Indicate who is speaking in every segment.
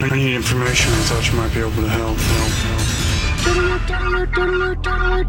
Speaker 1: I need information. I thought you might be able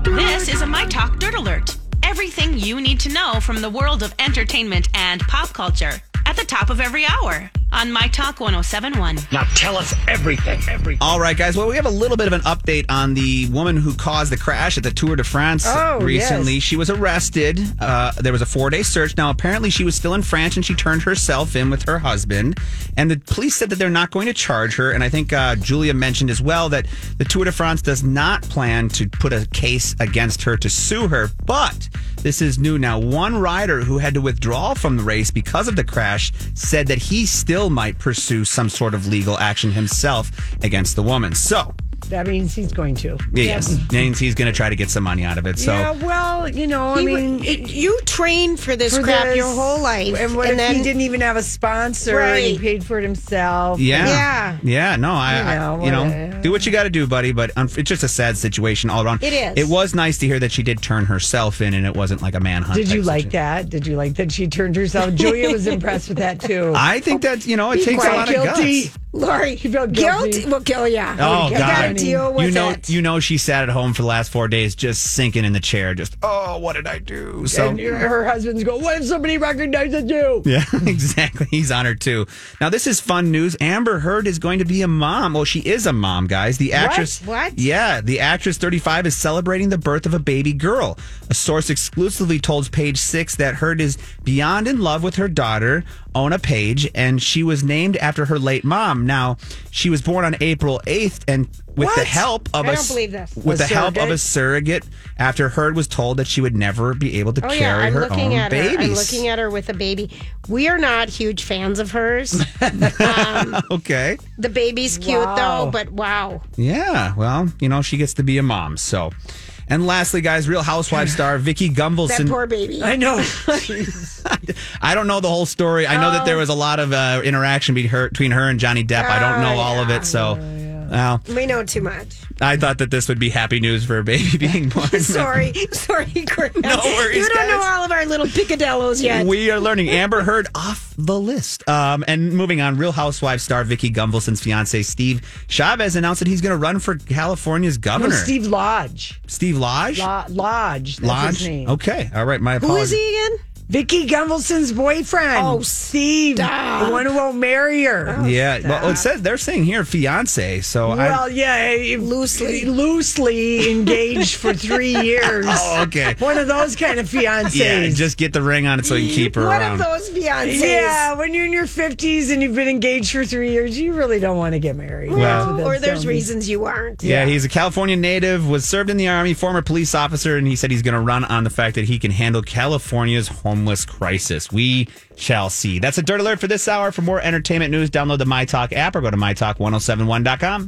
Speaker 1: to help.
Speaker 2: This is a My Talk Dirt Alert. Everything you need to know from the world of entertainment and pop culture at the top of every hour on My Talk 1071.
Speaker 3: Now tell us everything. Everything.
Speaker 4: All right, guys. Well, we have a little bit of an update on the woman who caused the crash at the Tour de France
Speaker 5: Oh,
Speaker 4: recently.
Speaker 5: yes.
Speaker 4: She was arrested. Uh, there was a four day search. Now, apparently, she was still in France and she turned herself in with her husband. And the police said that they're not going to charge her. And I think uh, Julia mentioned as well that the Tour de France does not plan to put a case against her to sue her. But this is new now. One rider who had to withdraw from the race because of the crash said that he still might pursue some sort of legal action himself against the woman. So,
Speaker 5: That means he's going to.
Speaker 4: yes, means he's going to try to get some money out of it. So,
Speaker 5: yeah, well, you know, I
Speaker 6: He-
Speaker 5: mean,
Speaker 6: it- you train for this
Speaker 5: for
Speaker 6: crap
Speaker 5: this-
Speaker 6: your whole life,
Speaker 5: And what if he didn't even have a sponsor? He
Speaker 6: Right.
Speaker 5: paid for it himself.
Speaker 4: Yeah.
Speaker 6: Yeah.
Speaker 4: Yeah, No, I,
Speaker 5: You
Speaker 4: I- you know,
Speaker 5: know, whatever.
Speaker 4: do what you got to do, buddy. But um, it's just a sad situation all around.
Speaker 6: It is.
Speaker 4: It was nice to hear that she did turn herself in and it wasn't like a manhunt.
Speaker 5: Did
Speaker 4: type
Speaker 5: you like
Speaker 4: situation.
Speaker 5: that? Did you like that she turned herself? Julia was impressed with that too.
Speaker 4: I think that, you know, it
Speaker 5: He
Speaker 4: takes a
Speaker 5: felt
Speaker 4: lot
Speaker 5: guilty.
Speaker 4: of guts.
Speaker 6: Lori,
Speaker 5: She felt guilty.
Speaker 6: guilt will kill you.
Speaker 4: Oh, God.
Speaker 6: you gotta deal with
Speaker 4: you know,
Speaker 6: it.
Speaker 4: you know, she sat at home for the last four days, just sinking in the chair, just oh, what did I do? So
Speaker 5: and her husband's go, What if somebody recognizes you?
Speaker 4: Yeah, exactly. He's on her too. Now, this is fun news. Amber Heard is going to be a mom. Well, she is a mom, guys. The actress.
Speaker 6: What?
Speaker 4: Yeah, the actress 35 is celebrating the birth of a baby girl. A source exclusively told Page Six that Heard is beyond in love with her daughter, Ona Page, and she was named after her late mom. Now, she was born on April 8th, and with the
Speaker 6: What?
Speaker 4: help of
Speaker 6: I
Speaker 4: a
Speaker 6: don't
Speaker 4: s-
Speaker 6: believe this.
Speaker 4: with
Speaker 5: A
Speaker 4: the help of a
Speaker 5: surrogate?
Speaker 4: surrogate, after Heard was told that she would never be able to
Speaker 6: Oh
Speaker 4: carry
Speaker 6: yeah, I'm
Speaker 4: her own
Speaker 6: looking at
Speaker 4: babies.
Speaker 6: her. I'm looking at her with a baby. We are not huge fans of hers.
Speaker 4: okay.
Speaker 6: the baby's cute
Speaker 5: Wow.
Speaker 6: though, but wow.
Speaker 4: Yeah, well, you know, she gets to be a mom, so. And lastly, guys, Real Housewives star Vicky
Speaker 6: That
Speaker 4: Gumbelson.
Speaker 6: poor baby.
Speaker 5: I know.
Speaker 4: I don't know the whole story. I know that
Speaker 6: Oh.
Speaker 4: there was a lot of uh, interaction between her, between her and Johnny Depp. I don't
Speaker 6: Oh,
Speaker 4: know all of it, so. Well,
Speaker 6: we know too much.
Speaker 4: I thought that this would be happy news for a baby being born.
Speaker 6: Sorry, sorry, Grant.
Speaker 4: No worries,
Speaker 6: You don't know
Speaker 4: guys.
Speaker 6: all of our little picadillos yet.
Speaker 4: We are learning Amber Heard off the list. Um, and moving on, Real Housewives star Vicky Gumbelson's fiance Steve Chavez announced that he's going to run for California's
Speaker 5: No,
Speaker 4: governor.
Speaker 5: Steve Lodge.
Speaker 4: Steve Lodge.
Speaker 5: Lo- Lodge. That's
Speaker 4: Lodge. Oh,
Speaker 5: his name.
Speaker 4: Okay. All right. My
Speaker 6: Who
Speaker 4: apologies.
Speaker 6: is he again?
Speaker 5: Vicky Gumbelson's boyfriend.
Speaker 6: Oh,
Speaker 5: Steve. The one who won't marry her.
Speaker 4: Yeah. Well, it says they're saying here fiance. So
Speaker 5: Well,
Speaker 4: I.
Speaker 5: yeah, if-
Speaker 6: Loosely.
Speaker 5: loosely engaged for three years.
Speaker 4: Oh, okay.
Speaker 5: One of those kind of fiancés.
Speaker 4: Yeah. Just get the ring on it so you can keep her
Speaker 6: One
Speaker 4: around.
Speaker 6: of those fiancés.
Speaker 5: Yeah, when you're in your 50s and you've been engaged for three years, you really don't want to get married. That's what
Speaker 6: Well,
Speaker 5: that's
Speaker 6: or there's
Speaker 5: telling me.
Speaker 6: reasons you aren't.
Speaker 4: yeah, he's a California native, was served in the army, former police officer, and he said he's going to run on the fact that he can handle California's homeless crisis. We shall oh see. That's a dirt alert for this hour. For more entertainment news, download the My Talk app or go to mytalk1071.com.